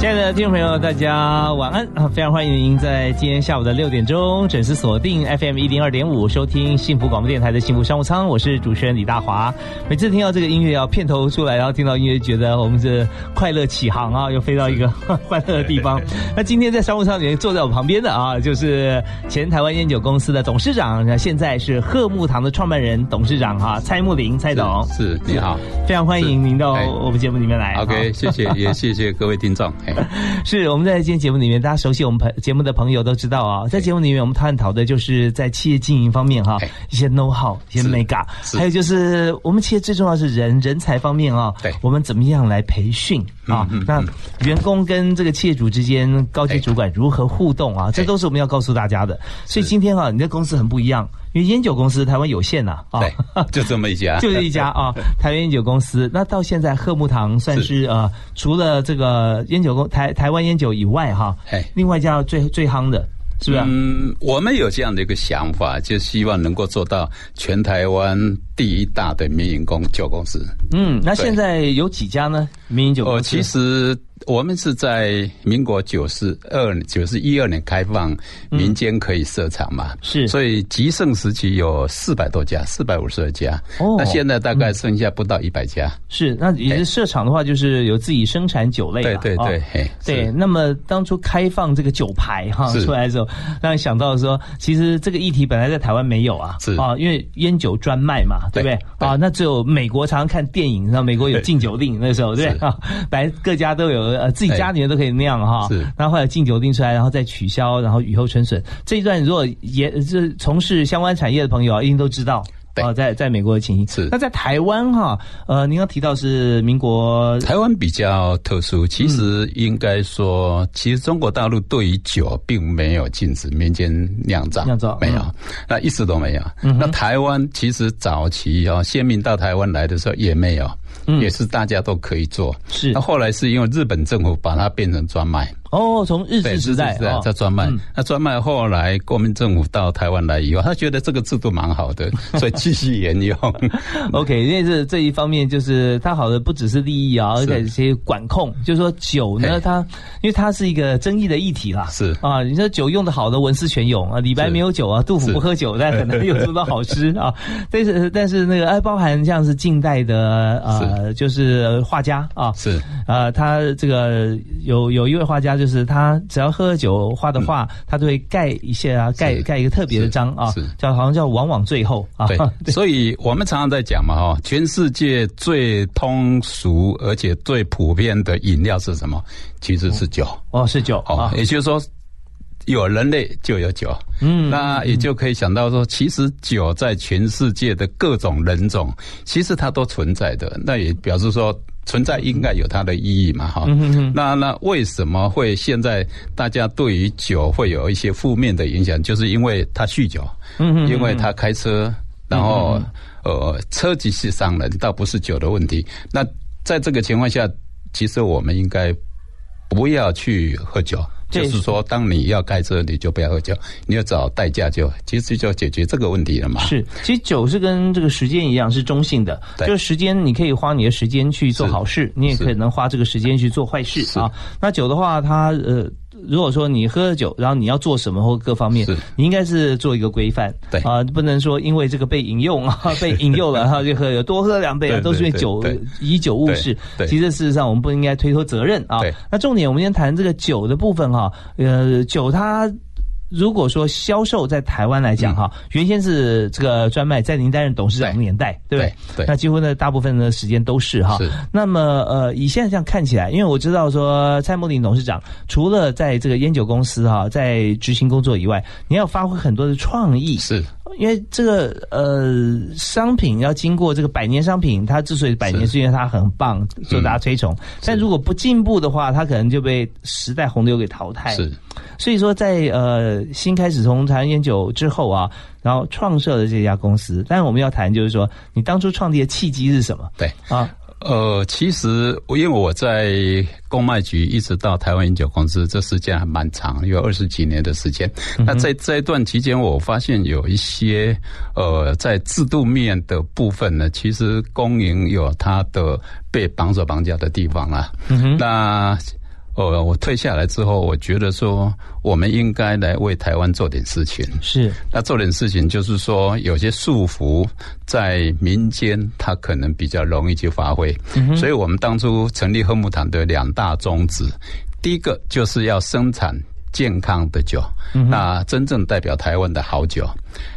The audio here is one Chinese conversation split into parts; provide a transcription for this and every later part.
亲爱的听众朋友，大家晚安啊！非常欢迎您在今天下午的六点钟准时锁定 FM 一零二点五收听幸福广播电台的幸福商务舱，我是主持人李大华。每次听到这个音乐啊，片头出来，然后听到音乐，觉得我们这快乐起航啊，又飞到一个 快乐的地方。 那今天在商务舱里面坐在我旁边的啊，就是前台湾烟酒公司的董事长，那现在是鹤木堂的创办人、董事长哈、蔡木林蔡董，是你好非常欢迎您到哎我们节目里面来。哈，OK，谢谢， 也谢谢各位听众。哎， 是我们在今天节目里面，大家熟悉我们朋节目的朋友都知道啊，在节目里面我们探讨的就是在企业经营方面哈、哎一些 know how，一些是 mega，是还有就是我们企业最重要的是人人才方面啊，对我们怎么样来培训啊？嗯嗯那员工跟这个企业主之间高级哎主管如何互动啊？这对都是我们要告诉大家的。所以今天啊，你的公司很不一样，因为烟酒公司台湾有限呐啊。对，就这么一 家， 就是一家啊，台湾烟酒公司。那到现在，鹤木堂算是呃，除了这个烟酒公台台湾烟酒以外哈，哎另外一家最最夯的，是不是啊？嗯，我们有这样的一个想法，就希望能够做到全台湾第一大的民营公酒公司。嗯，那对现在有几家呢？民营酒公司？哦，其实我们是在民国九十二、九十一二年开放民间可以设厂嘛，嗯是所以极盛时期有四百多家，四百五十二家，哦那现在大概剩下不到一百家。是，那也是市场的话，就是有自己生产酒类对了。对啊对，嘿，对，是那么当初开放这个酒牌哈是出来的时候，让人想到说，其实这个议题本来在台湾没有啊，是啊，因为烟酒专卖嘛，对对不对？对啊，那只有美国常常看电影，然后美国有禁酒令，那时候对不对是啊，本来各家都有，呃，自己家里面都可以那样哈。是然后后来禁酒令出来，然后再取消，然后雨后春笋。这一段如果也就是从事相关产业的朋友啊，一定都知道。对啊，在在美国的情形是那在台湾哈，呃，您刚提到是民国台湾比较特殊，其实应该说，其实中国大陆对于酒并没有禁止民间酿造，酿造没有嗯，那一直都没有。那台湾其实早期哦，先民到台湾来的时候也没有，也是大家都可以做。嗯是那后来是因为日本政府把它变成专卖，哦，从日对，治时代日治时代啊，在专卖。那专卖后来国民政府到台湾来以后，他觉得这个制度蛮 好的，所以继续沿用。 OK，因为这这一方面就是它好的不只是利益啊，而是且一些管控，就是说酒呢，嘿它因为它是一个争议的议题啦。是啊，你说酒用的好的文思泉涌啊，李白是没有酒啊，杜甫是不喝酒，但很难有这么多好诗啊。但是但是那个哎，包含像是近代的呃，就是画家啊，是呃，他这个有有一位画家，就是他只要喝了酒画的画，他都会盖一些啊，盖嗯是盖一个特别的是章啊是，叫好像叫往 往最后啊，对，所以我们常常在讲嘛，哈，全世界最通俗而且最普遍的饮料是什么？其实是酒。哦是酒啊哦，，也就是说，有人类就有酒。嗯，那也就可以想到说，其实酒在全世界的各种人种，其实它都存在的。那也表示说。存在应该有它的意义嘛，哈、嗯那那为什么会现在大家对于酒会有一些负面的影响？就是因为他酗酒，嗯因为他开车，然后、嗯呃车籍是伤人，倒不是酒的问题。那在这个情况下，其实我们应该不要去喝酒。对就是说，当你要开车，你就不要喝酒，你要找代驾就，其实就解决这个问题了嘛。是，其实酒是跟这个时间一样，是中性的。对就是时间，你可以花你的时间去做好事，你也是可能花这个时间去做坏事啊。那酒的话，它呃，如果说你喝了酒，然后你要做什么或各方面是，你应该是做一个规范。对啊、不能说因为这个被引用 啊，被引诱了，然后就喝酒，多喝两杯啊，对都是因为对酒对以酒误对事。对其实事实上，我们不应该推脱责任啊对。那重点，我们先谈这个酒的部分哈、呃，酒它如果说销售在台湾来讲哈，原先是这个专卖，在您担任董事长的年代，对不对？对对那几乎呢，大部分的时间都是哈。是那么呃，以现在这样看起来，因为我知道说蔡莫林董事长除了在这个烟酒公司哈在执行工作以外，你要发挥很多的创意。是因为这个呃商品要经过这个百年商品，它之所以百年是因嗯为它很棒，受大家推崇。但如果不进步的话，它可能就被时代洪流给淘汰。是，所以说在呃新开始从台湾烟酒之后啊，然后创设了这家公司。但我们要谈就是说，你当初创立的契机是什么对。啊？呃，其实因为我在公卖局一直到台湾饮酒公司，这时间还蛮长，有二十几年的时间。那在这一段期间，我发现有一些呃，在制度面的部分呢，其实公营有它的被绑手绑脚的地方啊。嗯那呃，我退下来之后，我觉得说，我们应该来为台湾做点事情。是那做点事情，就是说有些束缚在民间，它可能比较容易去发挥。嗯所以我们当初成立贺木堂的两大宗旨，第一个就是要生产健康的酒，嗯那真正代表台湾的好酒。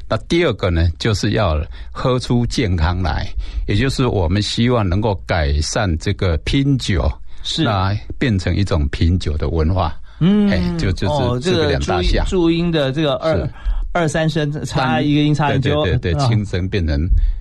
那第二个呢，就是要喝出健康来，也就是我们希望能够改善这个拼酒，是那变成一种品酒的文化。嗯，哎，就就哦，是这个个两注大音项。注音的这个二是二三声差单一个音差对很对久，对对，啊轻声变成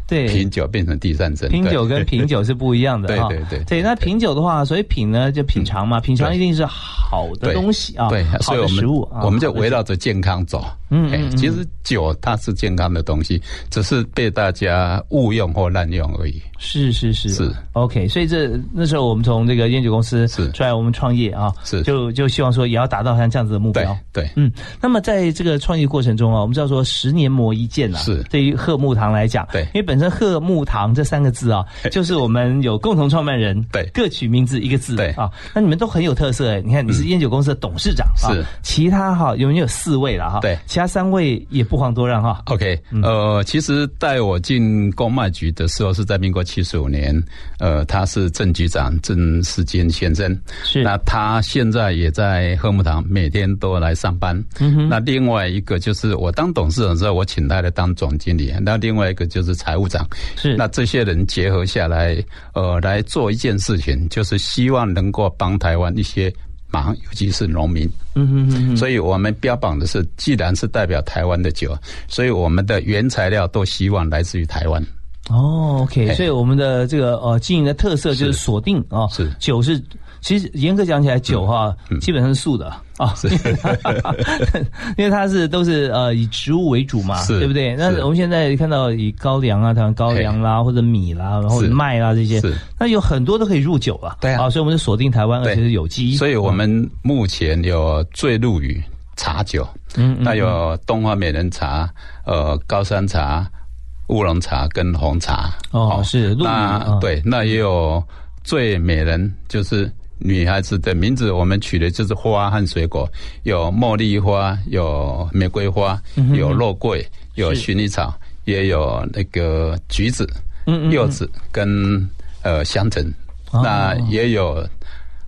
对品酒变成第三声，品酒对跟品酒是不一样的 对啊。对对对嗯对，那品酒的话，所以品呢就品尝嘛，品尝一定是好的对东西啊，对，好所以我的食们物啊，我们就围绕绕着健康走。嗯，哎，其实酒它是健康的东西，只是被大家误用或滥用而已。是是是是 OK，所以这那时候我们从这个烟酒公司是出来，我们创业啊，是就就希望说也要达到像这样子的目对标。对，嗯，那么在这个创业过程中啊，我们知道说十年磨一剑啊，是对于贺木堂来讲，对因为本身贺木堂这三个字啊，就是我们有共同创办人，对各取名字一个字，对嗯啊，那你们都很有特色哎、你看你是烟酒公司的董事长，啊是，其他哈、有没有四位了哈、对其他三位也不遑多让哈、 OK，呃，嗯其实带我进公卖局的时候是在民国七十五年，呃，他是郑局长郑世坚先生，是那他现在也在贺木堂每天都来上班。嗯、那另外一个就是我当董事长之后，我请他来当总经理，那另外一个就是财务长。是那这些人结合下来，呃，来做一件事情，就是希望能够帮台湾一些忙，尤其是农民。嗯哼哼所以我们标榜的是，既然是代表台湾的酒，所以我们的原材料都希望来自于台湾。哦，OK，嘿所以我们的这个呃经营的特色就是是锁定啊，是嗯酒是，其实严格讲起来，酒哈、基本上是素的啊，因为它 因为它是都是呃以植物为主嘛，是对不对？那是我们现在看到以高粱啊，台湾高粱啦，或者米啦，然后是麦啦这些是，那有很多都可以入酒啊，对啊所以我们就锁定台湾，而对且是有机，所以我们目前有醉露雨茶酒，嗯那有东方美人茶、呃高山茶、乌龙茶跟红茶。哦是露雨那、啊对，那也有醉美人，就是。女孩子的名字我们取的就是花和水果，有茉莉花，有玫瑰花，嗯有肉桂，有薰衣草，也有那个橘子、柚子跟呃香橙。嗯哦那也有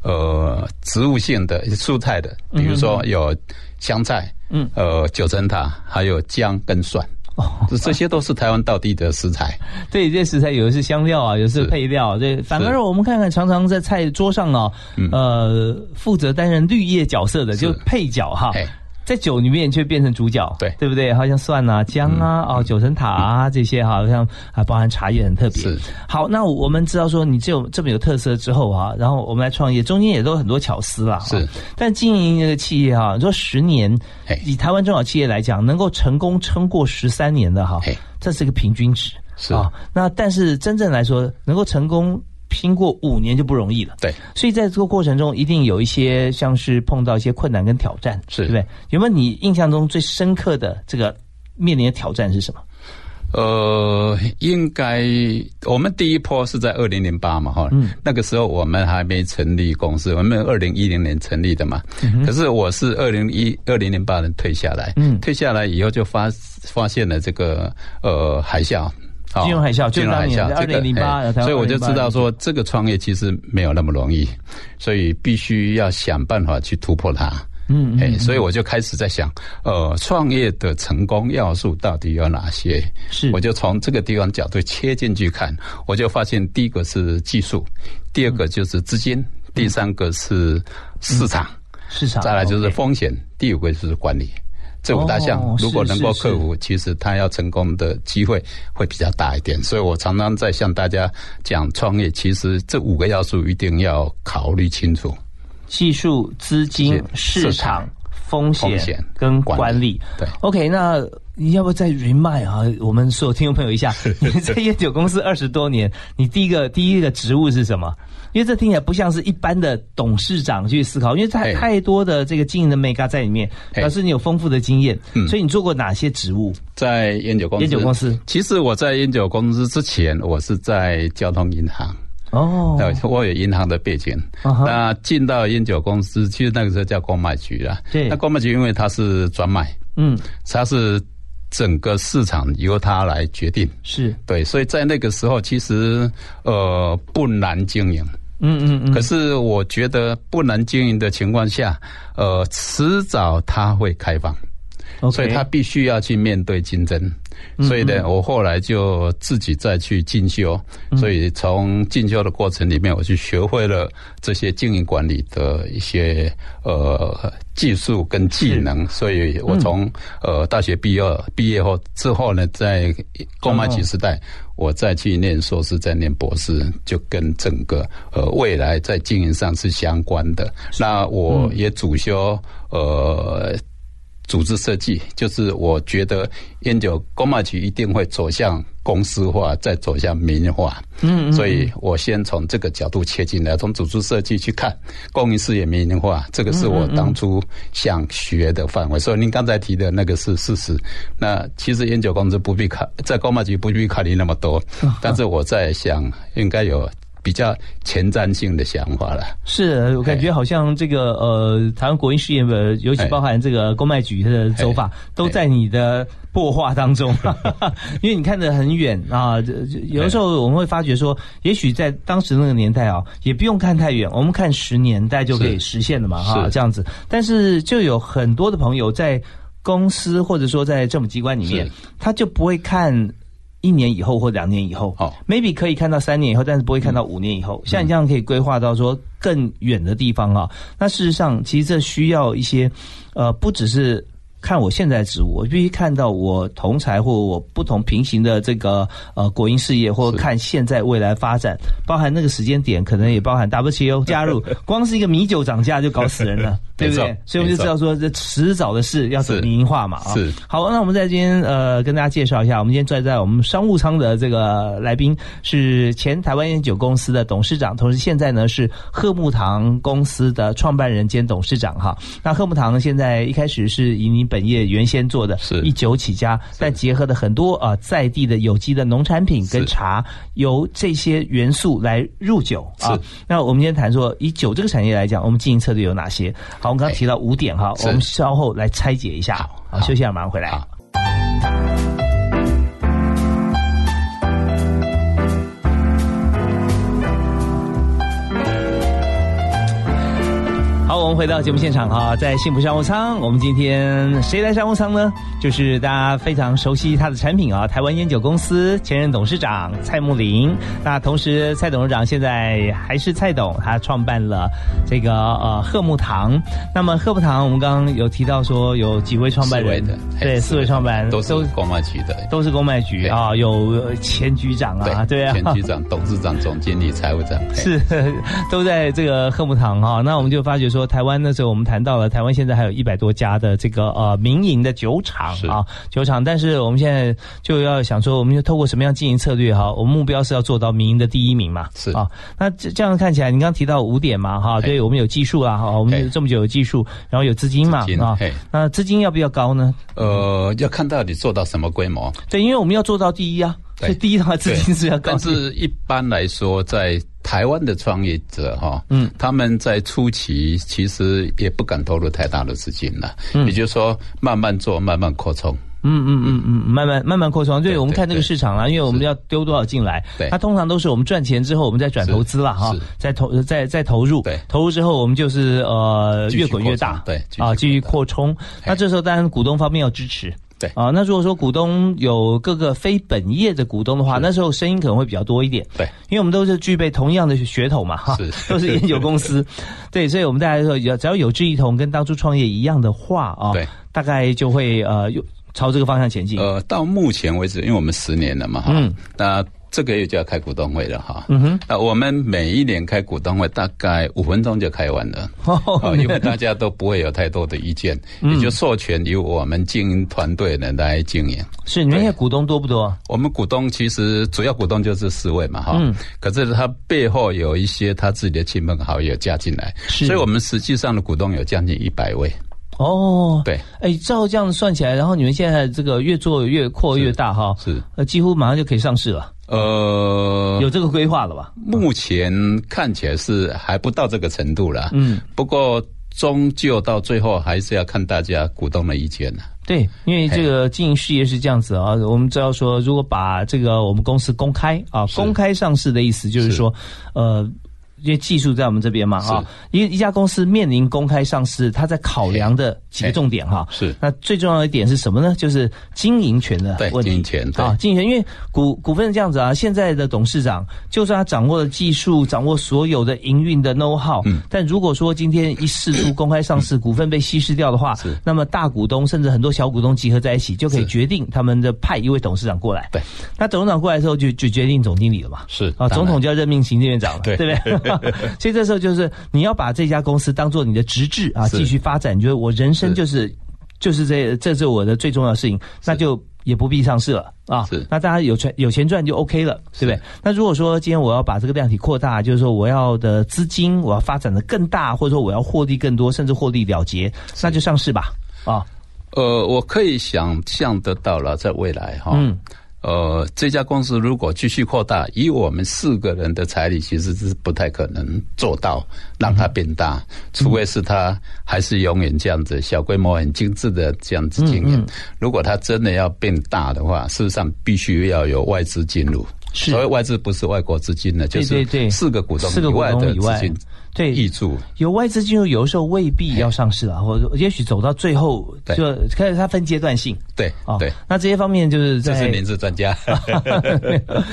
呃植物性的蔬菜的，比如说嗯有香菜，嗯，呃九层塔，还有姜跟蒜，哦这这些都是台湾道地的食材。对，这些食材有的是香料啊，有的是是嗯配料。对，反而我们看看，常常在菜桌上呢、呃，负责担任绿叶角色的，就配角哈哎。在酒里面却变成主角，对嗯对不对？好像蒜啊、姜啊、哦、九层塔啊这些，好像啊，包含茶叶很特别。是好，那我们知道说你只有这么有特色之后啊，然后我们来创业，中间也都有很多巧思啦。是哦但经营这个企业哈、你说十年嘿，以台湾中小企业来讲，能够成功撑过十三年的哈、嘿这是一个平均值。是啊、那但是真正来说，能够成功拼过五年就不容易了。对，所以在这个过程中，一定有一些像是碰到一些困难跟挑战，是对不对？有没有你印象中最深刻的这个面临的挑战是什么？呃，应该我们第一波是在二零零八嘛，哈、嗯那个时候我们还没成立公司，我们二零一零年成立的嘛。嗯可是我是二零一二零零八年退下来，嗯退下来以后就发发现了这个呃海啸。哦金融海啸就金融海当啸，年这个2008哎台湾所以我就知2008道说，这个创业其实没有那么容易，所以必须要想办法去突破它。嗯，哎，所以我就开始在想，呃，创业的成功要素到底有哪些？是我就从这个地方角度切进去看，我就发现第一个是技术，第二个就是资金，嗯第三个是市场，市场再来就是嗯啊 OK 风险，第五个就是管理。这五大项哦如果是能够是克服，其实他要成功的机会会比较大一点。所以我常常在向大家讲，创业其实这五个要素一定要考虑清楚。技术、资金、市是市场场、风风险险跟管管理理。对 OK，那要不要再 remind 啊？我们所有听众朋友一下， 你在烟酒公司二十多年，你第一个第一个职务是什么？因为这听起来不像是一般的董事长去思考，因为太嘿太多的这个经营的 mega 在里面，嘿表示你有丰富的经验，嗯所以你做过哪些职务？在烟酒公司，烟酒公司其实我在烟酒公司之前，我是在交通银行。哦，对，我有银行的背景。啊哈那进到烟酒公司，其实那个时候叫公卖局啦。对那公卖局因为它是转买，嗯，它是整个市场由它来决定。是，对，所以在那个时候，其实呃不难经营。嗯嗯嗯，可是我觉得不难经营的情况下，呃，迟早它会开放。 OK 所以他必须要去面对竞争。所以呢，我后来就自己再去进修，所以从进修的过程里面，我去学会了这些经营管理的一些呃技术跟技能。所以我从呃大学毕业毕业后之后呢，在购买局时代，我再去念硕士，再念博士，就跟整个呃未来在经营上是相关的。那我也主修呃。组织设计，就是我觉得烟酒公卖局一定会走向公司化，再走向民营化。嗯所以我先从这个角度切进来，从组织设计去看供应事业民营化，这个是我当初想学的范围。所以您刚才提的那个是事实。那其实烟酒公司不必考，在公卖局不必考虑那么多，哦但是我在想，应该有比较前瞻性的想法了。是我感觉好像这个呃，台湾国营事业呃，尤其哎包含这个公卖局的走法，都在你的破化当 中，因为你看得很远啊。这这有的时候我们会发觉说，也许在当时那个年代啊，也不用看太远，我们看十年代就可以是实现了嘛，哈，是这样子。但是就有很多的朋友在公司或者说在政府机关里面是，他就不会看。一年以后或两年以后，哦嗯 maybe 可以看到三年以后，但是不会看到五年以后。像你这样可以规划到说更远的地方啊。那事实上，其实这需要一些，呃，不只是看我现在的职务，我必须看到我同才或我不同平行的这个呃国营事业，或是看现在未来发展，包含那个时间点，可能也包含 WTO 加入，光是一个米酒涨价就搞死人了，对不 没对错？所以我们就没错知道说这迟早的事要怎么是民营化嘛啊。是好，那我们在今天呃跟大家介绍一下，我们今天坐在我们商务舱的这个来宾是前台湾烟酒公司的董事长，同时现在呢是贺木堂公司的创办人兼董事长哈。那贺木堂现在一开始是以你本业原先做的，是一酒起家，但结合的很多啊、呃在地的有机的农产品跟是茶，由这些元素来入酒啊是。那我们今天谈说以酒这个产业来讲，我们经营策略有哪些？好，我们刚刚提到五点哈，是我们稍后来拆解一下。好好，好休息一下，马上回来。好好，我们回到节目现场哈，在幸福商务舱，我们今天谁来商务舱呢？就是大家非常熟悉它的产品啊，台湾烟酒公司前任董事长蔡木林。那同时，蔡董事长现在还是蔡董，他创办了这个呃贺木堂。那么贺木堂，我们刚刚有提到说有几位创办人四位的对，哎四位创办人都是公卖局的。都是公卖局对啊，有呃前局长啊，对啊，前局长、董事长、总经理、财务长，嘿是 都在这个贺木堂哈、那我们就发觉说，台湾那时候我们谈到了，台湾现在还有一百多家的这个呃民营的酒厂是啊，酒厂。但是我们现在就要想说，我们就透过什么样经营策略哈、我们目标是要做到民营的第一名嘛，是啊。那这这样看起来，你刚刚提到五点嘛哈、嘿对我们有技术啊哈、我们嘿这么久有技术，然后有资金嘛资金啊嘿，那资金要不要高呢？呃，要看到你做到什么规模。对，因为我们要做到第一啊，所对以第一的话资对金是要高的，但是一般来说，在台湾的创业者哈，嗯，他们在初期其实也不敢投入太大的资金了，也就是说慢慢做，慢慢扩充。嗯嗯嗯嗯，慢慢慢慢扩充，对对我们看这个市场啦，因为我们要丢多少进来，对它通常都是我们赚钱之后，我们再转投资啦，哈是，再投再再投入，对投入之后我们就是呃继续越滚越大，扩充对继续啊，扩继续扩充。那这时候当然股东方面要支持，对啊、那如果说股东有各个非本业的股东的话，那时候声音可能会比较多一点。对，因为我们都是具备同样的血统嘛，哈是， 都是烟酒公司，对，所以我们大家说，有只要有志一同，跟当初创业一样的话啊，对，大概就会呃，有朝这个方向前进。呃，到目前为止，因为我们十年了嘛，哈，嗯那这个月就要开股东会了哈。嗯哼，那我们每一年开股东会，大概五分钟就开完了。哦，因为大家都不会有太多的 意见，嗯也就授权由我们经营团队呢来经营。是你们现在股东多啊不多？我们股东其实主要股东就是四位嘛，哈、嗯可是他背后有一些他自己的亲朋好友加进来，是所以我们实际上的股东有将近一百位。哦，对，哎，照这样算起来，然后你们现在这个越做越扩越大哈，是呃，几乎马上就可以上市了，呃，有这个规划了吧？目前看起来是还不到这个程度啦。嗯，不过终究到最后还是要看大家股东的意见啊呢。对，因为这个经营事业是这样子啊，我们知道说，如果把这个我们公司公开啊，是公开上市的意思就是说，呃。因为技术在我们这边嘛，哈，一一家公司面临公开上市，它在考量的几个重点哈，是那最重要的一点是什么呢？就是经营权的对问题。经营权对啊，经营权，因为股股份是这样子啊，现在的董事长就算他掌握了技术，掌握所有的营运的 know how，、但嗯如果说今天一试出公开上市，股份被稀释掉的话，那么大股东甚至很多小股东集合在一起，就可以是决定他们的派一位董事长过来。对，那董事长过来之后就，就决定总经理了嘛。是啊，总统就要任命行政院长了，对对不 对？所以这时候就是你要把这家公司当做你的职志啊，是继续发展。你觉得我人生是就是就是这这是我的最重要的事情，那就也不必上市了啊是。那大家有钱有钱赚就 OK 了，对不对是？那如果说今天我要把这个量体扩大，就是说我要的资金我要发展的更大，或者说我要获利更多，甚至获利了结，那就上市吧啊。呃，我可以想象得到了，在未来哈，嗯呃，这家公司如果继续扩大，以我们四个人的财力，其实是不太可能做到让它变大，除非是它还是永远这样子小规模、很精致的这样子经营。嗯嗯如果它真的要变大的话，事实上必须要有外资进入。是所谓外资不是外国资金呢，就对是对对四个股东四个以股外东的以外资金对，挹注。有外资进入，有的时候未必要上市啊，或者也许走到最后对就开始它分阶段性对啊。对，那这些方面就是这是在哦您是专家。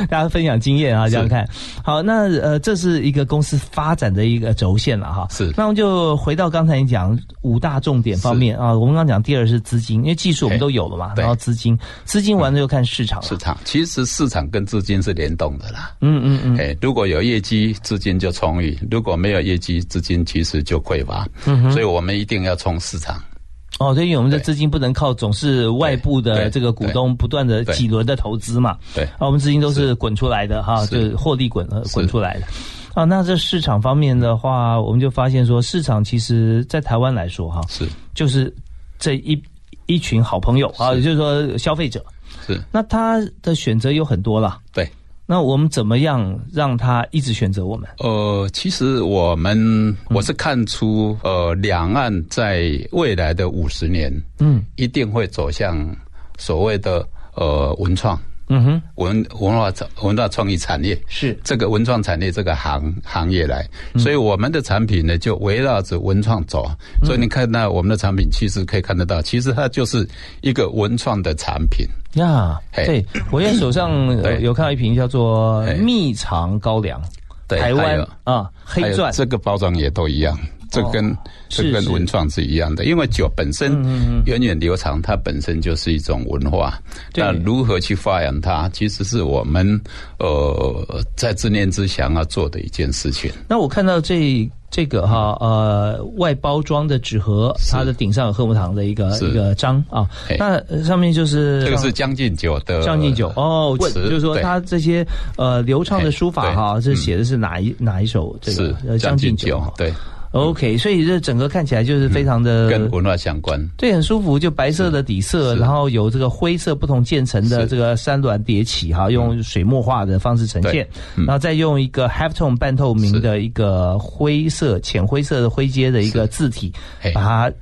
大家分享经验啊，这样看好。那呃，这是一个公司发展的一个轴线了哈。是那我们就回到刚才你讲五大重点方面啊，我们刚讲第二是资金，因为技术我们嘿都有了嘛，对然后资金，资金完了就看市场了。市场，其实市场跟资金是联动的啦。嗯嗯嗯，哎、如果有业绩，资金就充裕；如果没有业绩，资金其实就匮乏。嗯、所以我们一定要冲市场。哦，所以我们的对资金不能靠总是外部的对这个股东不断的对几轮的投资嘛。对啊，我们资金都是滚出来的哈，是就是获利滚呃是滚出来的。啊，那这市场方面的话，我们就发现说，市场其实在台湾来说哈，是就是这一一群好朋友啊，是也就是说消费者，是，那他的选择有很多啦。对。那我们怎么样让他一直选择我们？呃，其实我嗯们我是看出，呃，两岸在未来的五十年，嗯一定会走向所谓的呃文创、嗯哼，文文化创文化创意产业。是这个文创产业这个行行业来，嗯所以我们的产品呢就围绕着文创走。嗯所以你看到我们的产品，其实可以看得到，其实它就是一个文创的产品。呀，嘿对我现在手上呃对有看到一瓶叫做嘿蜜藏高粱，对台还湾有啊黑还有钻，这个包装也都一样，这跟、是这跟哦是文创是一样的，因为酒本嗯身源远流长，它本身就是一种文化。对那如何去发扬它，其实是我们呃在自念之想要做的一件事情。那我看到这这个哈呃外包装的纸盒，它的顶上有喝木糖的一个是一个章啊嘿，那呃上面就是这个是将进酒的将进酒哦，问就是说对它这些呃流畅的书法嘿嗯哈，这写的是哪一哪一首这个呃是将将进进酒酒哈？对， OK，所以这整个看起来就是非常的嗯跟文化相关。对，很舒服，就白色的底色，是然后有这个灰色不同渐层的是嗯这个山峦叠起哈，用水墨画的方式呈现对，嗯然后再用一个 half tone 半透明的一个灰色浅灰色的灰阶的一个字体嘿，把它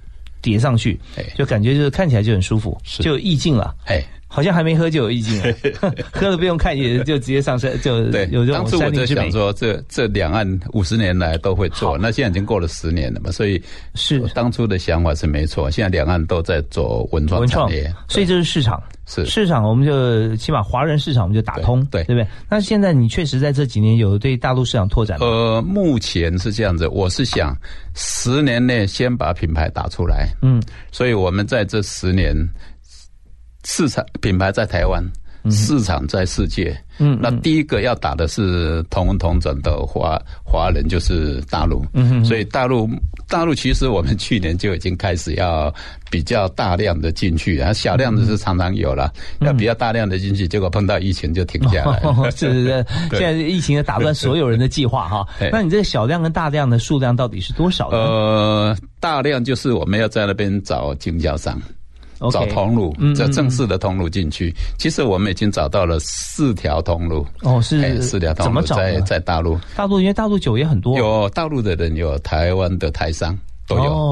叠上去嘿，就感觉就是看起来就很舒服，哎是就有意境了。哎，好像还没喝就有意境了， 喝了不用看也就直接上山就对有，这当种初我山就林之想美。说这，这两岸五十年来都会好做，那现在已经过了十年了嘛，所以是当初的想法是没错。现在两岸都在做文创文产创业，，所以就是市场，是市场，我们就起码华人市场我们就打通，对对不对？那现在你确实在这几年有对大陆市场拓展吗，呃，目前是这样子，我是想十年内先把品牌打出来，嗯，所以我们在这十年，市场品牌在台湾，市场在世界，嗯那第一个要打的是同文同种的华华人，就是大陆，嗯所以大陆大陆其实我们去年就已经开始要比较大量的进去，然后小量的是常常有了，嗯要比较大量的进去，结果碰到疫情就停下 来了。哦是是是，现在疫情也打断所有人的计划哈 对。那你这个小量跟大量的数量到底是多少呢？呃，大量就是我们要在那边找经销商。 OK 找通路嗯，找嗯正式的通路进去。其实我们已经找到了四条通路，哦，是、哎四条怎通么路找在呢？在大陆大陆因为大陆酒也很多，有啊大陆的人，有台湾的台商都有。哦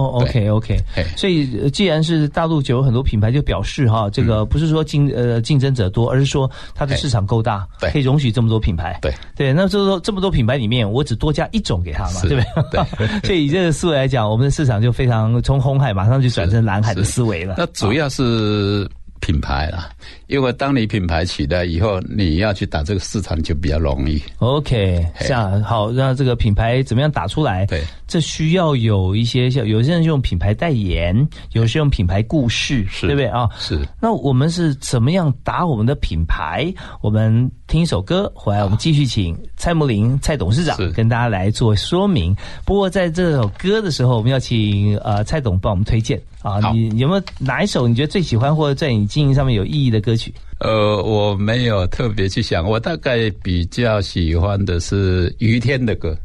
，OK 对 OK，嘿所以呃既然是大陆酒有很多品牌，就表示嗯哈，这个不是说竞呃竞争者多，而是说它的嘿市场够大，对可以容许这么多品牌。对对，那就是说这么多品牌里面，我只多加一种给他嘛，是对不 对？所以以这个思维来讲，我们的市场就非常从红海马上就转成蓝海的是思维了。啊 那主要是品牌啦，因为当你品牌起来以后，你要去打这个市场就比较容易。 OK，嘿这样好，让这个品牌怎么样打出来？对，这需要有一些像，有些人用品牌代言，有些用品牌故事，对不对啊？是。那我们是怎么样打我们的品牌？我们听一首歌，回来我们继续请蔡木林蔡董事长是跟大家来做说明。不过在这首歌的时候，我们要请呃蔡董帮我们推荐啊，好你有没有哪一首你觉得最喜欢或者在你经营上面有意义的歌 曲？呃，我没有特别去想，我大概比较喜欢的是于天的歌。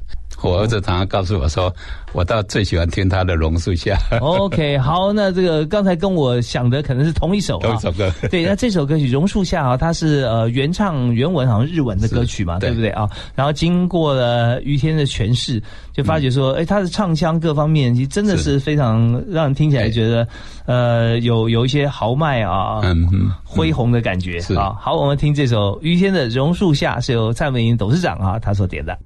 我儿子常常告诉我说，我倒最喜欢听他的《榕树下》 OK，好，那这个刚才跟我想的可能是同一首同啊一。首歌。 对，那这首歌曲《榕树下》啊，它是呃原唱原文好像日文的歌曲嘛，是对对不对啊？然后经过了于天的诠释，就发觉说，哎、他的唱腔各方面其实真的是非常让人听起来觉得，呃，有有一些豪迈啊，嗯嗯，恢宏的感觉是啊。好，我们听这首于天的《榕树下》，是由蔡文英董事长啊他所点的。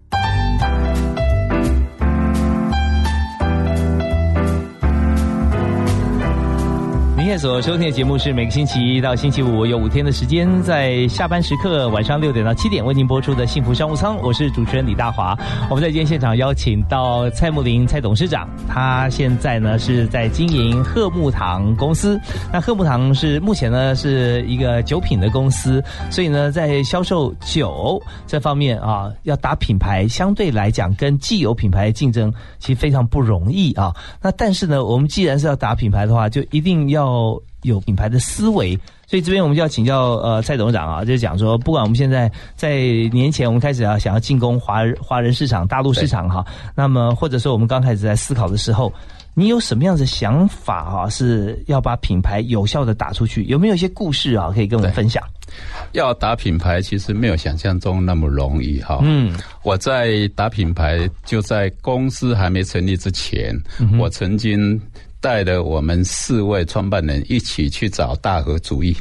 您现在所收听的节目是每个星期一到星期五有五天的时间，在下班时刻晚上六点到七点为您播出的《幸福商务舱》，我是主持人李大华。我们在今天现场邀请到蔡木林蔡董事长，他现在呢是在经营鹤木堂公司。那鹤木堂是目前呢是一个酒品的公司，所以呢在销售酒这方面啊，要打品牌，相对来讲跟既有品牌竞争其实非常不容易啊。那但是呢，我们既然是要打品牌的话，就一定要有品牌的思维。所以这边我们就要请教呃蔡董事长啊，就是讲说，不管我们现在在年前我们开始啊想要进攻华人华人市场、大陆市场哈、那么或者说我们刚开始在思考的时候，你有什么样的想法啊？是要把品牌有效的打出去？有没有一些故事啊可以跟我们对分享？要打品牌其实没有想象中那么容易哈。嗯，我在打品牌就在公司还没成立之前，嗯我曾经带了我们四位创办人一起去找大和主义。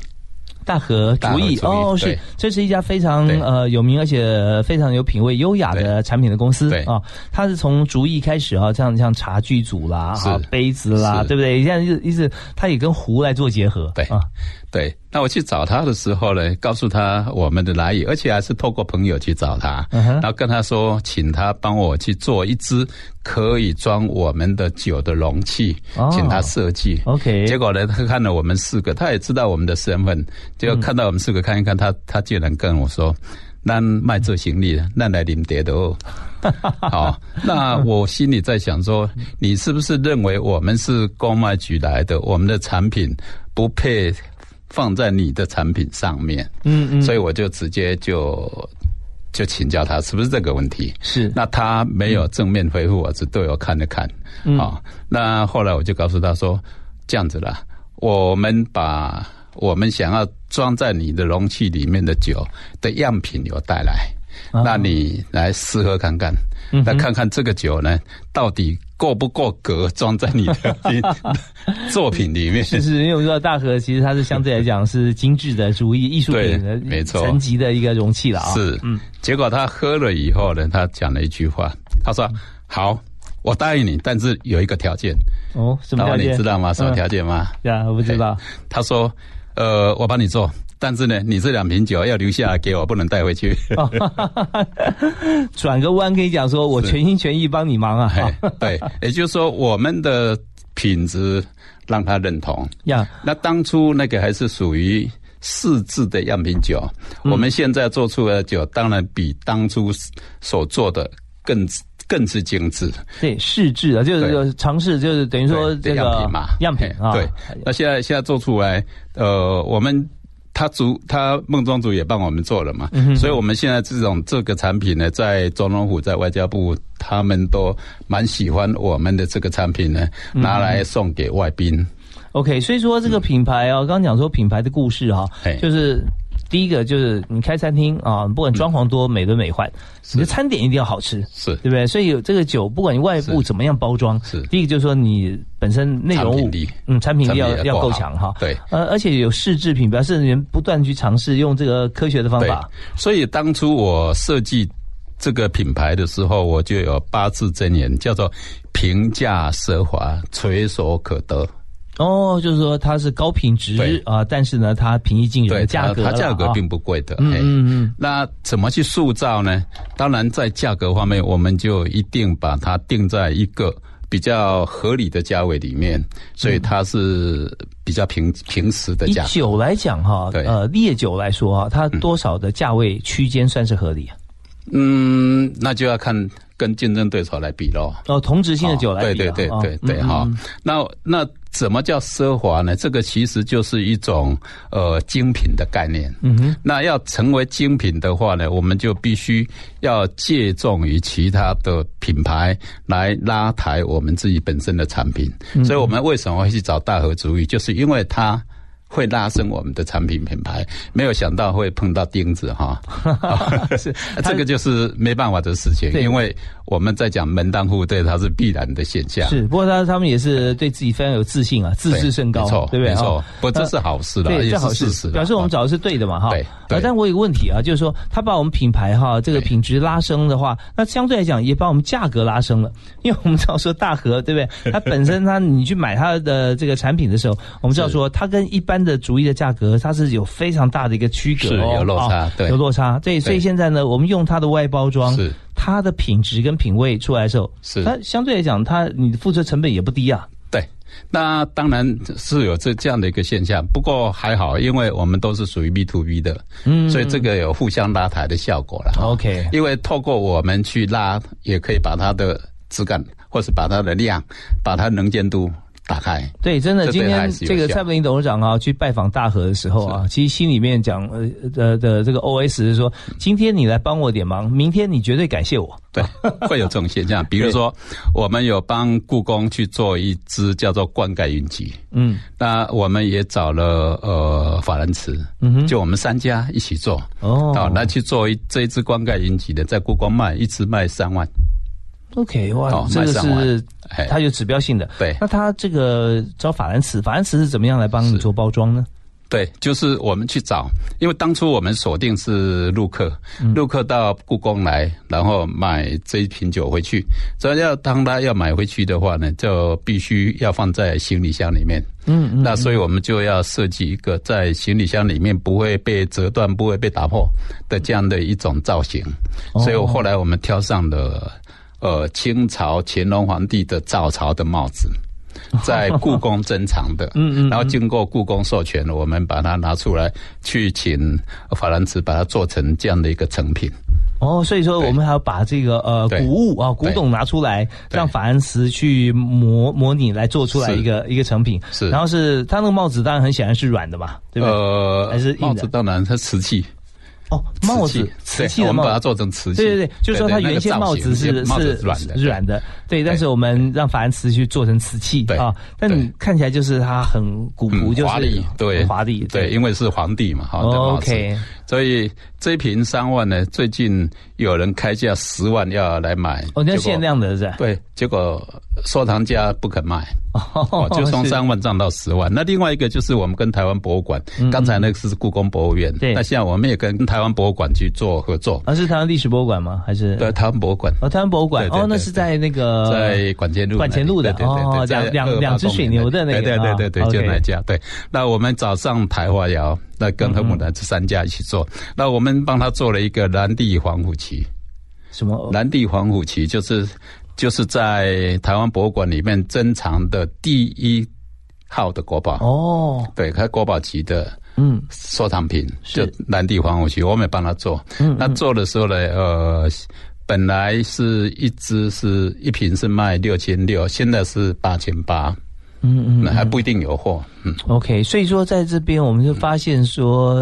大和大主和义竹艺哦，对是，这是一家非常对呃有名而且非常有品味、优雅的产品的公司对啊。它是从竹艺开始啊，像像茶具组啦、是啊杯子啦，是对不对？现在一直一直，它也跟壶来做结合，对啊，对，那我去找他的时候呢，告诉他我们的来意，而且还是透过朋友去找他，嗯哼然后跟他说，请他帮我去做一只可以装我们的酒的容器，哦请他设计。 OK 结果呢，他看了我们四个，他也知道我们的身份，结果看到我们四个看一看，他他竟然跟我说。咱卖做行李的，咱来领碟的哦。 好，那我心里在想说，你是不是认为我们是公卖局来的，我们的产品不配放在你的产品上面？嗯嗯，所以我就直接就就请教他，是不是这个问题？是那他没有正面回复我，只对我看了看。嗯好、那后来我就告诉他说，这样子啦，我们把我们想要装在你的容器里面的酒的样品有带来。啊那你来试喝看看，嗯那哼 看看这个酒呢到底过不过格，装在你的 作品里面。就是因为我们知道大河其实它是相对来讲是精致的主义艺术品的对没错层级的一个容器了啊。是，嗯结果他喝了以后呢，他讲了一句话，他说：“嗯好，我答应你，但是有一个条件。哦，什”么然条后你件？嗯知道吗？什么条件？件吗？呀、我不知道。他说：“呃，我帮你做，但是呢，你这两瓶酒要留下来给我，不能带回去。哦哈哈哈转个弯跟你讲说，我全心全意帮你忙啊。嘿哎对，也就是说，我们的品质让他认同。呀，那当初那个还是属于试制的样品酒，我们现在做出来的酒，当然比当初所做的更更是精致。对，试制啊，就是对就是尝试，就是等于说这对对个样品嘛，样品啊。嘿对，那现在现在做出来，呃，我们。他主他孟庄主也帮我们做了嘛，嗯所以我们现在这种这个产品呢，在总统府、在外交部，他们都蛮喜欢我们的这个产品呢，嗯拿来送给外宾。 OK，所以说嗯这个品牌哦，刚刚讲说品牌的故事哈、嘿就是第一个就是你开餐厅啊，不管装潢多美轮美奂，你的餐点一定要好吃，嗯是对不对？所以有这个酒，不管你外部怎么样包装，是第一个就是说你本身内容产物品力，嗯，产品力要产品力要要够够好强哈。对呃，而且有试制品牌，甚至人不断去尝试用这个科学的方对法。，所以当初我设计这个品牌的时候，我就有八字真言，叫做“平价奢华，垂手可得哦，就是说它是高品质对啊、但是呢，它平易近”人对。的价它格它价啦格啊并不哎贵的。嗯嘿嗯嗯。那怎么去塑造呢？当然，在价格方面，我们就一定把它定在一个比较合理的价位里面，所以它是比较平平时的以价格。酒来讲哈，对呃，烈酒来说哈，它多少的价位区间算是合理啊？嗯，那就要看跟竞争对手来比喽。哦，同质性的酒来比对啊，对哦对对对，哈、那那怎么叫奢华呢？这个其实就是一种呃精品的概念。嗯哼，那要成为精品的话呢，我们就必须要借重于其他的品牌来拉抬我们自己本身的产品。嗯所以我们为什么会去找大和主义，就是因为它。会拉升我们的产品品牌，没有想到会碰到钉子哈， 是 这个就是没办法的事情，对因为我们在讲门当户对，它是必然的现象。是，不过他他们也是对自己非常有自信啊，自对视甚高没错，，对不对？哦哈没错，不，这是好事了，对，也这好事是事实啦，表示我们哦找的是对的嘛，哈。对对啊但我有个问题啊，就是说，他把我们品牌哈这个对品质拉升的话，那相对来讲也把我们价格拉升了， 因为我们知道说大和对不 对？它本身它你去买它的呃这个产品的时候，我们知道说它跟一般的竹艺的价格它是有非常大的一个区隔是哦，有落差啊对有落差。对，所以对现在呢，我们用它的外包装，是它的品质跟品味出来的时候，是它相对来讲，它你的付出成本也不低啊。对。那当然是有这这样的一个现象，不过还好，因为我们都是属于 B to B 的，嗯，所以这个有互相拉抬的效果了。 OK 因为透过我们去拉，也可以把它的质感，或是把它的量，把它能见度打开。对，真的，这对今他还天是有这个效蔡文林董事长啊，去拜访大河的时候啊，其实心里面讲呃呃的这个 OS 是说，今天你来帮我点忙，明天你绝对感谢我。对，会有这种现象。比如说，我们有帮故宫去做一支叫做灌溉云集，嗯，那我们也找了呃法兰池，就我们三家一起做，嗯哦好、那去做一这一支灌溉云集的，在故宫卖，一支卖三万， ，OK，哇，哦这卖个上完是哎，它有指标性的。对那它这个找法兰瓷，法兰瓷是怎么样来帮你做包装呢？对，就是我们去找，因为当初我们锁定是陆客，陆客到故宫来，然后买这一瓶酒回去。所以要当他要买回去的话呢，就必须要放在行李箱里面。嗯嗯。那所以我们就要设计一个在行李箱里面不会被折断、不会被打破的这样的一种造型。哦所以我后来我们挑上了呃清朝乾隆皇帝的造朝的帽子。在故宫珍藏的， 嗯嗯，然后经过故宫授权，我们把它拿出来，去请法兰瓷把它做成这样的一个成品。哦，所以说对我们还要把这个呃对古物啊古对董拿出来，对让法兰瓷去模模拟来做出来是一个一个成品。是然后是它那个帽子，当然很显然是软的嘛，对不对？呃还是硬的帽子当然它瓷器，哦，帽子，瓷对器的我们帽把它子。做成瓷器。对对对，就是说它那个原先造帽子型是帽子软的，是软的，对。但是我们让法兰瓷去做成瓷器对啊，但你对看起来就是它很古朴，嗯就是华丽，对，很华丽，对，。因为是皇帝嘛，哈、这帽子哦 OK，所以这一瓶三万呢，最近有人开价十万要来买，哦，那结果限量的是 吧？对，结果收藏家不肯卖，哦，就从是三万涨到十万。那另外一个就是我们跟台湾博物馆，刚才那个是故宫博物院，嗯对那现在我们也跟台湾博物馆去做合作，啊，是台湾历史博物馆吗？还是对，台湾博物馆哦，台湾博物馆对对哦，那对是对在那个在管前路那里，管前路的对对对哦对，在两两二八两只水牛的那个公园对对对啊对对，就 OK 那家。对，那我们早上台华窑，那跟和牡丹这三家一起做，那我们帮他做了一个蓝地黄虎旗，什么蓝地黄虎旗就是就是在台湾博物馆里面珍藏的第一号的国宝，哦，对，它国宝级的嗯，收藏品，是就蓝地黄虎旗，我们也帮他做。嗯那做的时候呢，呃，本来是一只是一瓶是卖六千六，现在是八千八，嗯那还不一定有货。嗯， OK，所以说在这边我们就发现说，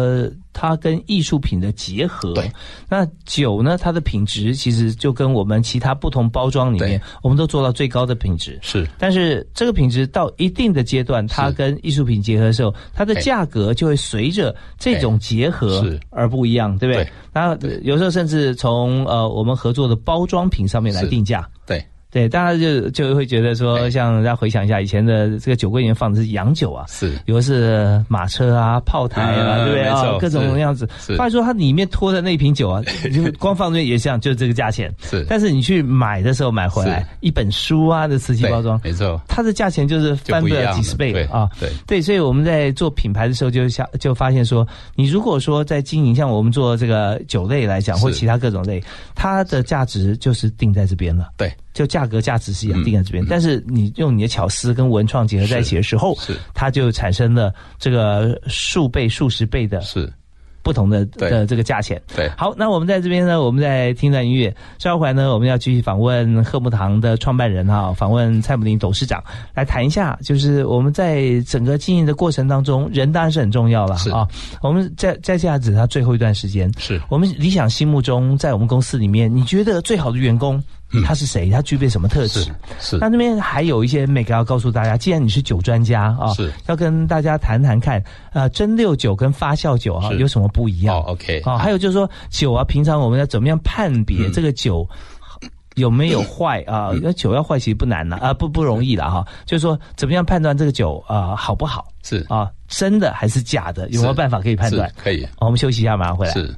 它跟艺术品的结合。对，那酒呢，它的品质其实就跟我们其他不同包装里面对，我们都做到最高的品质。是但是这个品质到一定的阶段，它跟艺术品结合的时候，它的哎价格就会随着这种结合哎是而不一样，对不对对？那呃有时候甚至从呃我们合作的包装品上面来是定价。对，对，大家就就会觉得说，哎像大家回想一下以前的这个酒柜里面放的是洋酒啊，是有的是马车啊、炮台啊，嗯对不对没啊？错各种样子。是话说它里面拖的那瓶 酒啊，就光放这边也像，就是这个价钱。是，但是你去买的时候买回来是一本书啊的瓷器对包装，没错，它的价钱就是就翻不一了样几十倍对了啊。对，对，所以我们在做品牌的时候就想就发现说，你如果说在经营，像我们做这个酒类来讲，是或其他各种类，它的价值就是定在这边了。对，就价格价值是也定在这边，嗯嗯但是你用你的巧思跟文创结合在一起的时候，是它就产生了这个数倍、数十倍的是，不同的对的这个价钱。对，好，那我们在这边呢，我们在听段音乐，稍后回来呢，我们要继续访问贺木堂的创办人哈、访问蔡木林董事长，来谈一下，就是我们在整个经营的过程当中，人当然是很重要了是啊。我们再再下子他最后一段时间，是。我们理想心目中，在我们公司里面，你觉得最好的员工他是谁？他具备什么特质是？是那这边还有一些每个要告诉大家，既然你是酒专家啊，是要跟大家谈谈看，呃，蒸馏酒跟发酵酒啊是有什么不一样？哦，OK，哦，还有就是说酒啊，平常我们要怎么样判别嗯这个酒有没有坏啊？那、酒要坏其实不难了啊、不不容易了哈、就是说怎么样判断这个酒啊、呃好不好是啊、真的还是假的？有没有是办法可以判是断？可以，好我们休息一下，马上回来。是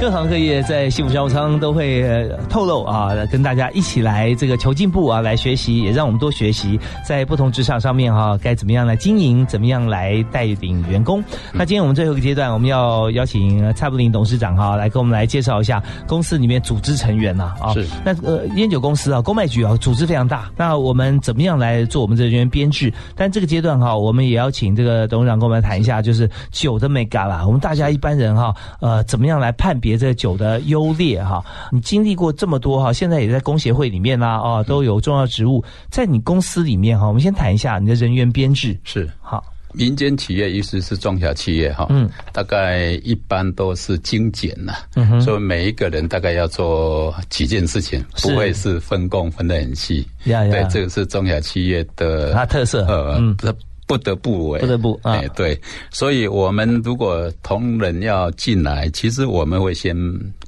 各行各业在幸福商务舱都会呃透露啊，跟大家一起来这个求进步啊，来学习，也让我们多学习，在不同职场上面哈、该怎么样来经营，怎么样来带领员工。那今天我们最后一个阶段，我们要邀请呃蔡布林董事长哈、来跟我们来介绍一下公司里面组织成员呐啊。是那呃烟酒公司啊，公卖局啊，组织非常大。那我们怎么样来做我们这人员编制？但这个阶段哈、我们也要请这个董事长跟我们来谈一下，就是酒的美感啦。我们大家一般人哈、呃，怎么样来判别这个酒的优劣哈、你经历过这么多哈、现在也在工协会里面啦、哦，都有重要职务。在你公司里面哈、我们先谈一下你的人员编制。是，好，民间企业，尤其是中小企业哈，嗯，大概一般都是精简呐、嗯哼所以每一个人大概要做几件事情，是不会是分工分得很细。呀呀对，这个是中小企业的它特色呃，嗯它不得不为，不得不啊哎，对，所以我们如果同仁要进来，其实我们会先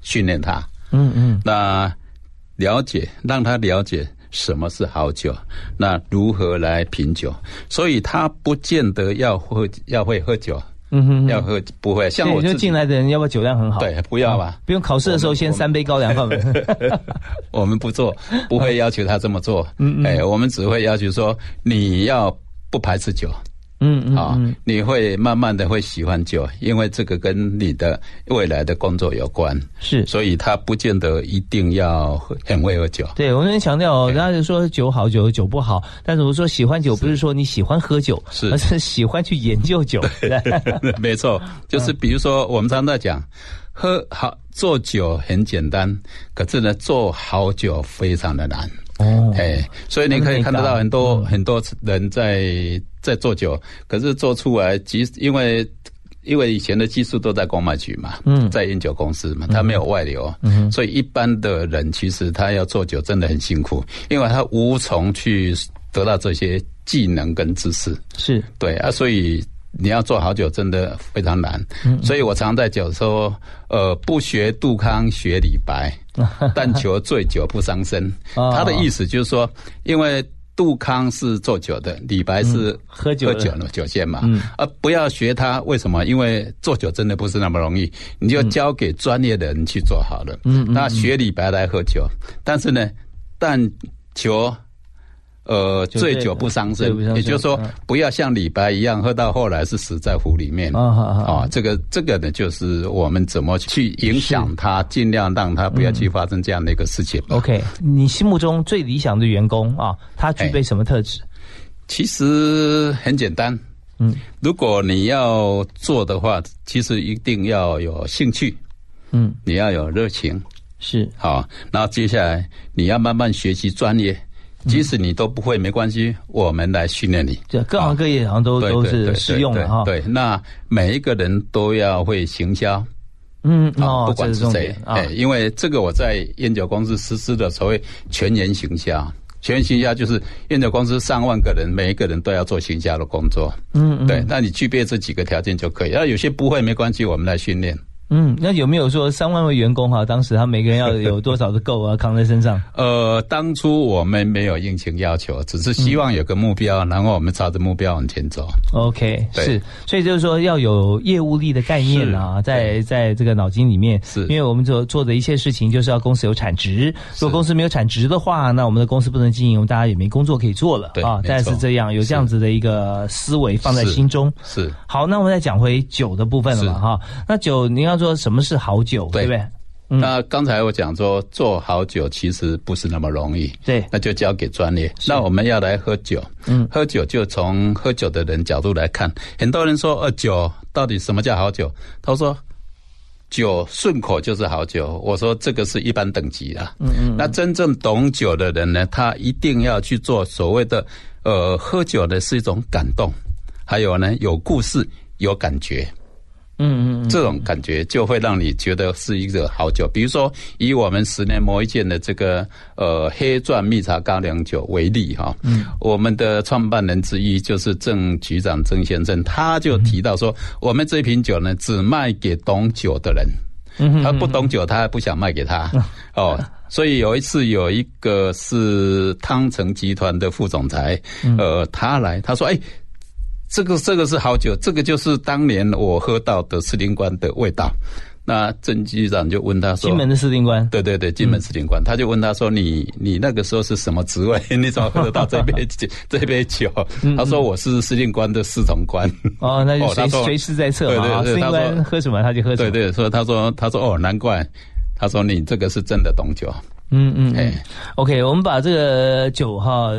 训练他，嗯嗯，那了解，让他了解什么是好酒，那如何来品酒，所以他不见得要会要会喝酒，嗯哼哼要喝不会像对我就自己进来的人，要不要酒量很好？对不要吧，不用考试的时候先三杯高粱放。嗯我们不做，不会要求他这么做，嗯嗯，哎，我们只会要求说你要不排斥酒，嗯嗯啊、你会慢慢的会喜欢酒，因为这个跟你的未来的工作有关，是。所以他不见得一定要很会喝酒。对，我那边强调哎哦，人家就说酒好酒酒不好，但是我说喜欢酒不是说你喜欢喝酒，是哎而是喜欢去研究酒。 没错，就是比如说我们常常在讲，喝好做酒很简单，可是呢做好酒非常的难。哦，哎、所以你可以看得到很多、很多人在在做酒，可是做出来，即因为因为以前的技术都在公卖局嘛，嗯在烟酒公司嘛，它没有外流，嗯所以一般的人其实他要做酒真的很辛苦，因为他无从去得到这些技能跟知识，是，对啊，所以你要做好酒真的非常难，嗯所以我常在讲说，呃，不学杜康学李白， 但求醉酒不伤身。哦他的意思就是说，因为。杜康是做酒的，李白是嗯喝酒喝的酒的酒仙嘛，嗯啊，不要学他，为什么？因为做酒真的不是那么容易，你就交给专业的人去做好了。嗯嗯那学李白来喝酒，但是呢，但求呃就这醉酒不伤醉身不伤，身也就是说嗯，不要像李白一样喝到后来是死在湖里面。啊哈哈啊，这个这个呢，就是我们怎么去影响他，尽量让他不要去发生这样的一个事情。 OK，你心目中最理想的员工啊，他具备哎什么特质？其实很简单，嗯如果你要做的话，其实一定要有兴趣，嗯，你要有热情，是好，那接下来你要慢慢学习专业，嗯即使你都不会没关系，我们来训练你。这各行啊各业好像都对都对对是对适用的哈。对，对那每一个人都要会行销，嗯啊，哦，不管这是重谁点，啊哎，，因为这个我在烟酒公司实施的所谓全员行销。全员行销就是烟酒公司上万个人，每一个人都要做行销的工作。嗯嗯对，那你具备这几个条件就可以。那有些不会没关系，我们来训练。嗯，那有没有说三万位员工哈、当时他每个人要有多少的够 啊，扛在身上？呃，当初我们没有硬性要求，只是嗯希望有个目标，然后我们朝着目标往前走。 OK，对是，所以就是说要有业务力的概念啊，是在对在这个脑筋里面，是因为我们所做的一切事情就是要公司有产值，如果是公司没有产值的话，那我们的公司不能经营，大家也没工作可以做了对啊。没大概是错这样，有这样子的一个思维放在是心中。是，好，那我们再讲回酒的部分了嘛是哈。那酒，您要说什么是好酒，对对不对？嗯那刚才我讲说做好酒其实不是那么容易，对，那就交给专业。那我们要来喝酒，嗯，喝酒就从喝酒的人角度来看，很多人说呃酒到底什么叫好酒？他说。酒顺口就是好酒，我说这个是一般等级啊。嗯嗯。那真正懂酒的人呢，他一定要去做所谓的，呃，喝酒的是一种感动，还有呢有故事、有感觉。嗯嗯嗯，这种感觉就会让你觉得是一个好酒。比如说，以我们十年磨一剑的这个呃黑钻蜜茶高粱酒为例哈、嗯，我们的创办人之一就是郑局长郑先生，他就提到说，我们这瓶酒呢，只卖给懂酒的人。嗯他不懂酒，他还不想卖给他哦。所以有一次，有一个是汤臣集团的副总裁，嗯呃，他来，他说：“哎、这个这个是好酒，这个就是当年我喝到的司令官的味道。”那郑局长就问他说：“金门嗯的司令官，对对对，金门司令官，他就问他说：“你你那个时候是什么职位？ 你怎么喝得到这 杯酒这杯酒？”嗯他说：“我是司令官的侍从官。”哦，那就哦随他说随时在测嘛，对对啊对司令他官说喝什么他就喝什么对。对，所以他说他说哦，难怪，他说你这个是真的懂酒，嗯嗯，嗯哎 OK，我们把这个酒哈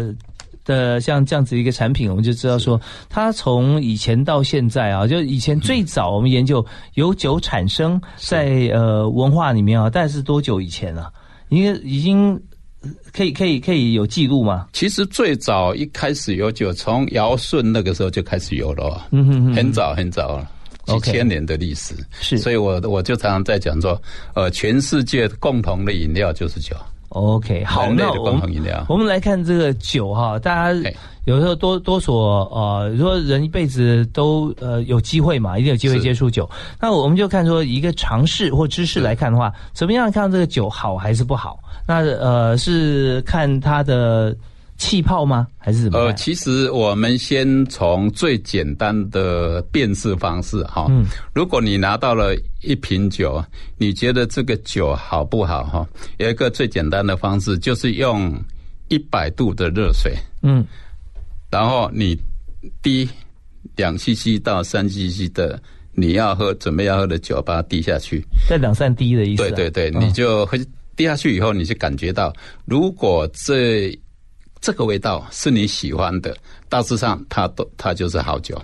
的像这样子一个产品，我们就知道说，它从以前到现在啊，就以前嗯最早我们研究有酒产生在呃文化里面啊，但是多久以前啊？应该已经呃可以可以可以有记录吗？其实最早一开始有酒，从尧舜那个时候就开始有了哦，嗯哼哼，很早很早了。几 OK 千年的历史是所以我我就常常在讲说，呃，全世界共同的饮料就是酒， OK，好，人类那的我共同们饮料。我们来看这个酒哈，大家啊哎有时候多多所呃，如果人一辈子都呃有机会嘛，一定有机会是接触酒。那我们就看说一个尝试或知识来看的话，怎么样看这个酒好还是不好？那呃是看它的气泡吗？还是怎么呃，看？其实我们先从最简单的辨识方式哈。嗯如果你拿到了一瓶酒，你觉得这个酒好不好哈？有一个最简单的方式，就是用一百度的热水，嗯然后你滴两 cc 到三 cc 的你要喝准备要喝的酒，把它滴下去。在两三滴的意思、啊。对对对，嗯你就会滴下去以后，你就感觉到，如果这这个味道是你喜欢的，大致上它都它就是好酒。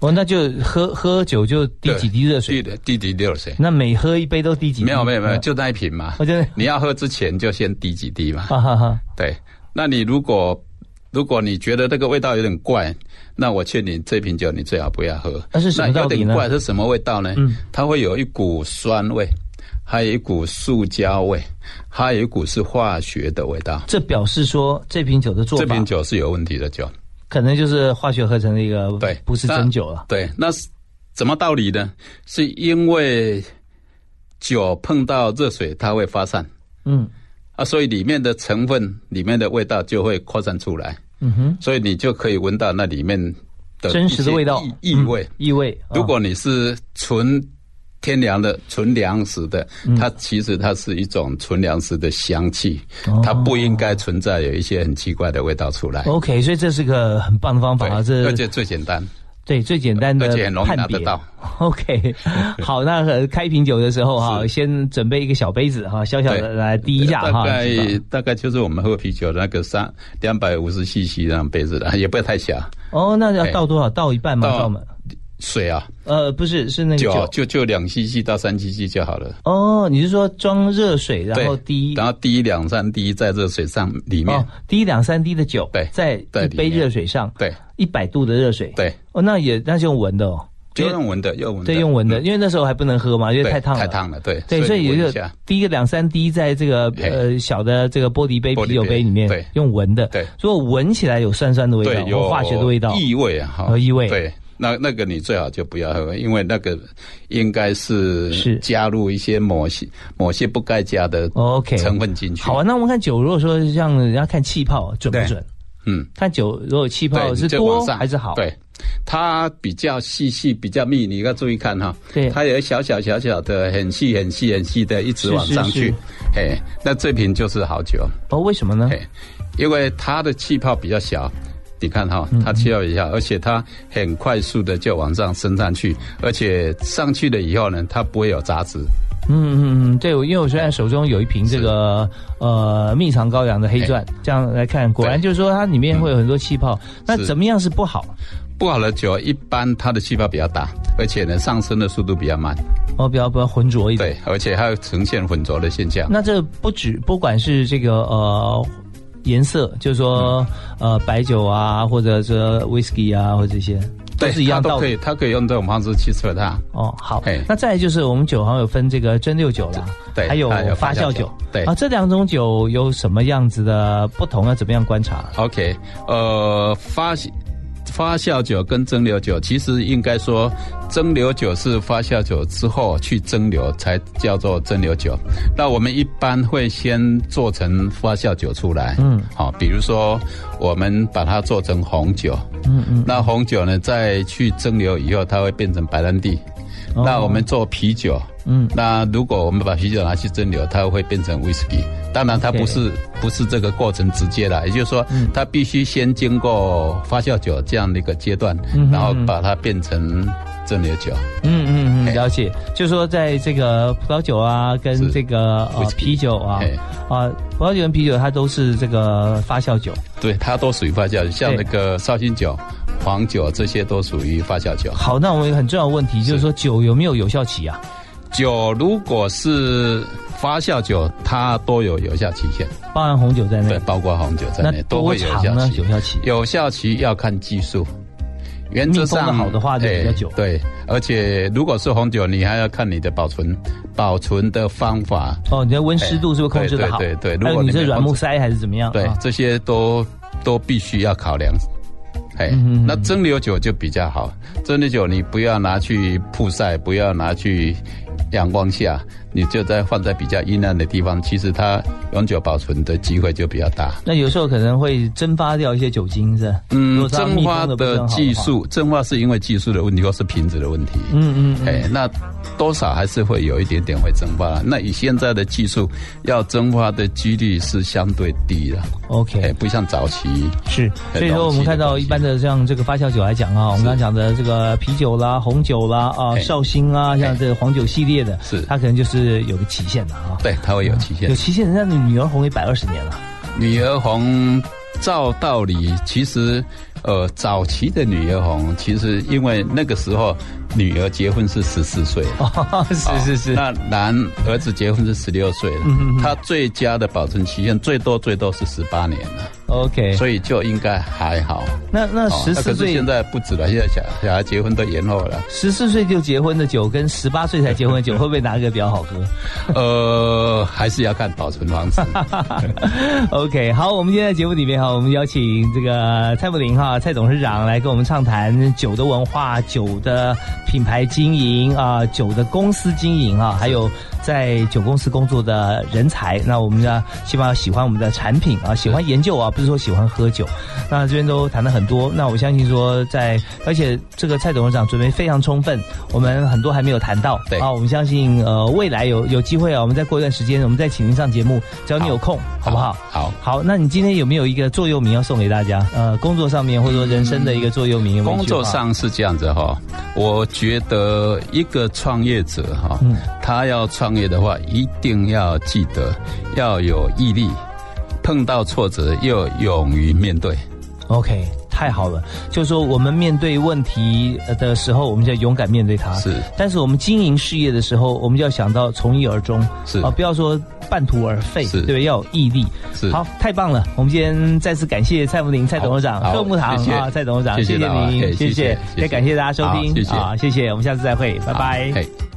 哦，那就喝喝酒就滴对几滴热水，滴滴滴热水，那每喝一杯都滴几滴？没有没有没有，嗯就那一瓶嘛我。觉得哦你要喝之前就先滴几滴嘛。哈哈哈，对，那你如果如果你觉得这个味道有点怪，那我劝你这瓶酒你最好不要喝。那是什么那道有理点呢怪是什么味道呢？嗯它会有一股酸味，还有一股塑胶味，还有一股是化学的味道。这表示说这瓶酒的做这法瓶酒是有问题的酒，可能就是化学合成的一个，对，不是那真酒了。对，那是怎么道理呢？是因为酒碰到热水它会发散嗯啊，所以里面的成分、里面的味道就会扩散出来，嗯哼，所以你就可以闻到那里面的真实的一些味道异异味。异味。啊如果你是纯天然的、纯粮食的，嗯它其实它是一种纯粮食的香气，哦它不应该存在有一些很奇怪的味道出来。 OK，所以这是个很棒的方法对啊，哦这而且最简单，对最简单的而判别且很容易拿得到。 OK，好，那呃开瓶酒的时候哈，是先准备一个小杯子哈，小小的对来滴一下大哈。概是吧大概就是我们喝啤酒的那个三两百五十 CC 那种杯子的，也不会太小。哦，那要哎倒多少？倒一半吗？倒倒满？水啊，呃，不是，是那个酒酒。就就两 CC 到三 CC 就好了。哦，你是说装热水，然后对，滴然后滴两三滴在热水上里面哦，，滴两三滴的酒，对在在一里杯面热水上，对一百度的热水，，对，哦，那也那是用闻的哦，就因为用闻的，用闻的，对用闻的，嗯因为那时候还不能喝嘛，因为对太烫了，太烫了，对，对，所以你有闻一一个下滴个两三滴在这个哎呃小的这个玻璃杯、玻璃啤酒杯杯里面，对用闻的，对如果闻起来有酸酸的味对道，有或化学的味道，异味啊，哦哈，异味对。那那个你最好就不要喝，因为那个应该是是加入一些某些某些不该加的哦 OK 成分进去。好啊，那我们看酒，如果说像人家看气泡准不准？嗯，看酒如果气泡对是你就往多上还是好？对，它比较细细，比较密，你要注意看哈。对它有小小小小的，很细很细很细的，一直是往是上去是。哎，那这瓶就是好酒。哦，为什么呢？哎，因为它的气泡比较小。你看哈、嗯它气泡比较小，而且它很快速的就往上升上去，而且上去了以后呢，它不会有杂质。嗯嗯嗯，对，我因为我现在手中有一瓶这个呃蜜藏高粱的黑钻，这样来看，果然对就是说它里面会有很多气泡。那是怎么样是不好？不好的酒一般它的气泡比较大，而且呢上升的速度比较慢，哦，比较比较浑浊一点。对，而且还有呈现浑浊的现象。那这不止，不管是这个呃颜色，就是说、嗯呃白酒啊，或者是 whisky 啊，或者这些，都对，是一样它道都可理。以，它可以用这种方式去测它。哦，好嘿，那再来就是我们酒好像有分这个蒸馏酒啦，哎对还有还有发发酵酵酒酒，对啊，这两种酒有什么样子的不同？要怎么样观察？ OK，呃，发发酵酒跟蒸馏酒，其实应该说蒸馏酒是发酵酒之后去蒸馏才叫做蒸馏酒。那我们一般会先做成发酵酒出来，嗯，好、比如说我们把它做成红酒，嗯嗯，那红酒呢再去蒸馏以后，它会变成白兰地。哦那我们做啤酒，嗯，那如果我们把啤酒拿去蒸馏，它会变成 whisky。当然，它 OK 不是不是这个过程直接的，也就是说，嗯它必须先经过发酵酒这样的一个阶段，然后把它变成蒸馏酒。嗯嗯嗯，嘿了解。就说在这个葡萄酒啊，跟哎是这个呃 Whisky 哎啤酒啊嘿，啊葡萄酒跟啤酒它都是这个发酵酒。对，它都属于发酵酒，像对那个绍兴酒、黄酒这些都属于发酵酒。好，那我们有很重要的问题就是说酒有没有有效期啊？酒如果是发酵酒，它都有有效期限，包含红酒在内对，。包括红酒在那内都多会有有长效呢？期有。效期？有效期要看技术，原则密封上得好的话就比较哎久对，而且如果是红酒，你还要看你的保存保存的方法，哦，你的温湿度是不是控制的好？哎对对对对还如有果你你是没软控木制塞还是怎么样？对，啊这些都都必须要考量。哎，嗯那蒸馏酒就比较好，蒸馏酒你不要拿去曝晒，不要拿去阳光下，你就在放在比较阴暗的地方，其实它永久保存的机会就比较大。那有时候可能会蒸发掉一些酒精，是吧？如嗯果，它蒸密发封得不是的很好技话，术，蒸发是因为技术的问题，或是瓶子的问题。嗯嗯，哎，那多少还是会有一点点会蒸发。那以现在的技术，要蒸发的几率是相对低的， OK，哎，不哎像早期。是，很所以说我们看到一般的像这个发酵酒来讲啊，我们刚刚讲的这个啤酒啦、红酒啦啊、嘿绍兴啊，像这个黄酒系列的，哎是它可能就是有个期限的啊。对，它会有期限有。期限，人家的女儿红也百二十年 了。 女儿红，照道理，其实，呃，早期的女儿红，其实因为那个时候女儿结婚是十四岁，是是是，哦嗯那男儿子结婚是十六岁了，他最佳的保存期限最多最多是十八年了。 OK，所以就应该还好。哦那哎那十可四是岁。现，在不止了，现在小小孩结婚都延后了 十四岁就结婚的酒，跟十八岁才结婚的 酒，会不会哪个比较好喝？呃，还是要看保存方式。 OK，好，我们今天在节目里面哈，我们邀请这个蔡富林哈，蔡董事长来跟我们畅谈酒的文化、酒的品牌经营啊、酒的公司经营啊，还有在酒公司工作的人才。那我们呢，希望喜欢我们的产品啊，喜欢研究啊，不是说喜欢喝酒。那这边都谈了很多，那我相信说在，而且这个蔡董事长准备非常充分，我们很多还没有谈到。对啊，我们相信呃，未来有有机会啊，我们再过一段时间，我们再请您上节目，只要你有空， 好不好？好。好，那你今天有没有一个座右铭要送给大家？呃，工作上面或者说人生的一个座右铭有没有工一句话？作上是这样子哈、我觉得一个创业者哈、嗯他要创业的话，一定要记得要有毅力，碰到挫折又勇于面对。 ，OK，太好了。就是说，我们面对问题呃的时候，我们就要勇敢面对它。是但是我们经营事业的时候，我们就要想到从一而终是啊，不要说半途而废，是对不对？要有毅力。是好，太棒了！我们今天再次感谢蔡福林蔡董事长、好好贺木堂谢谢啊，蔡董事长，谢谢谢大家您，哎谢谢谢谢也感谢大家收好听谢谢啊，谢谢，我们下次再会，拜拜。哎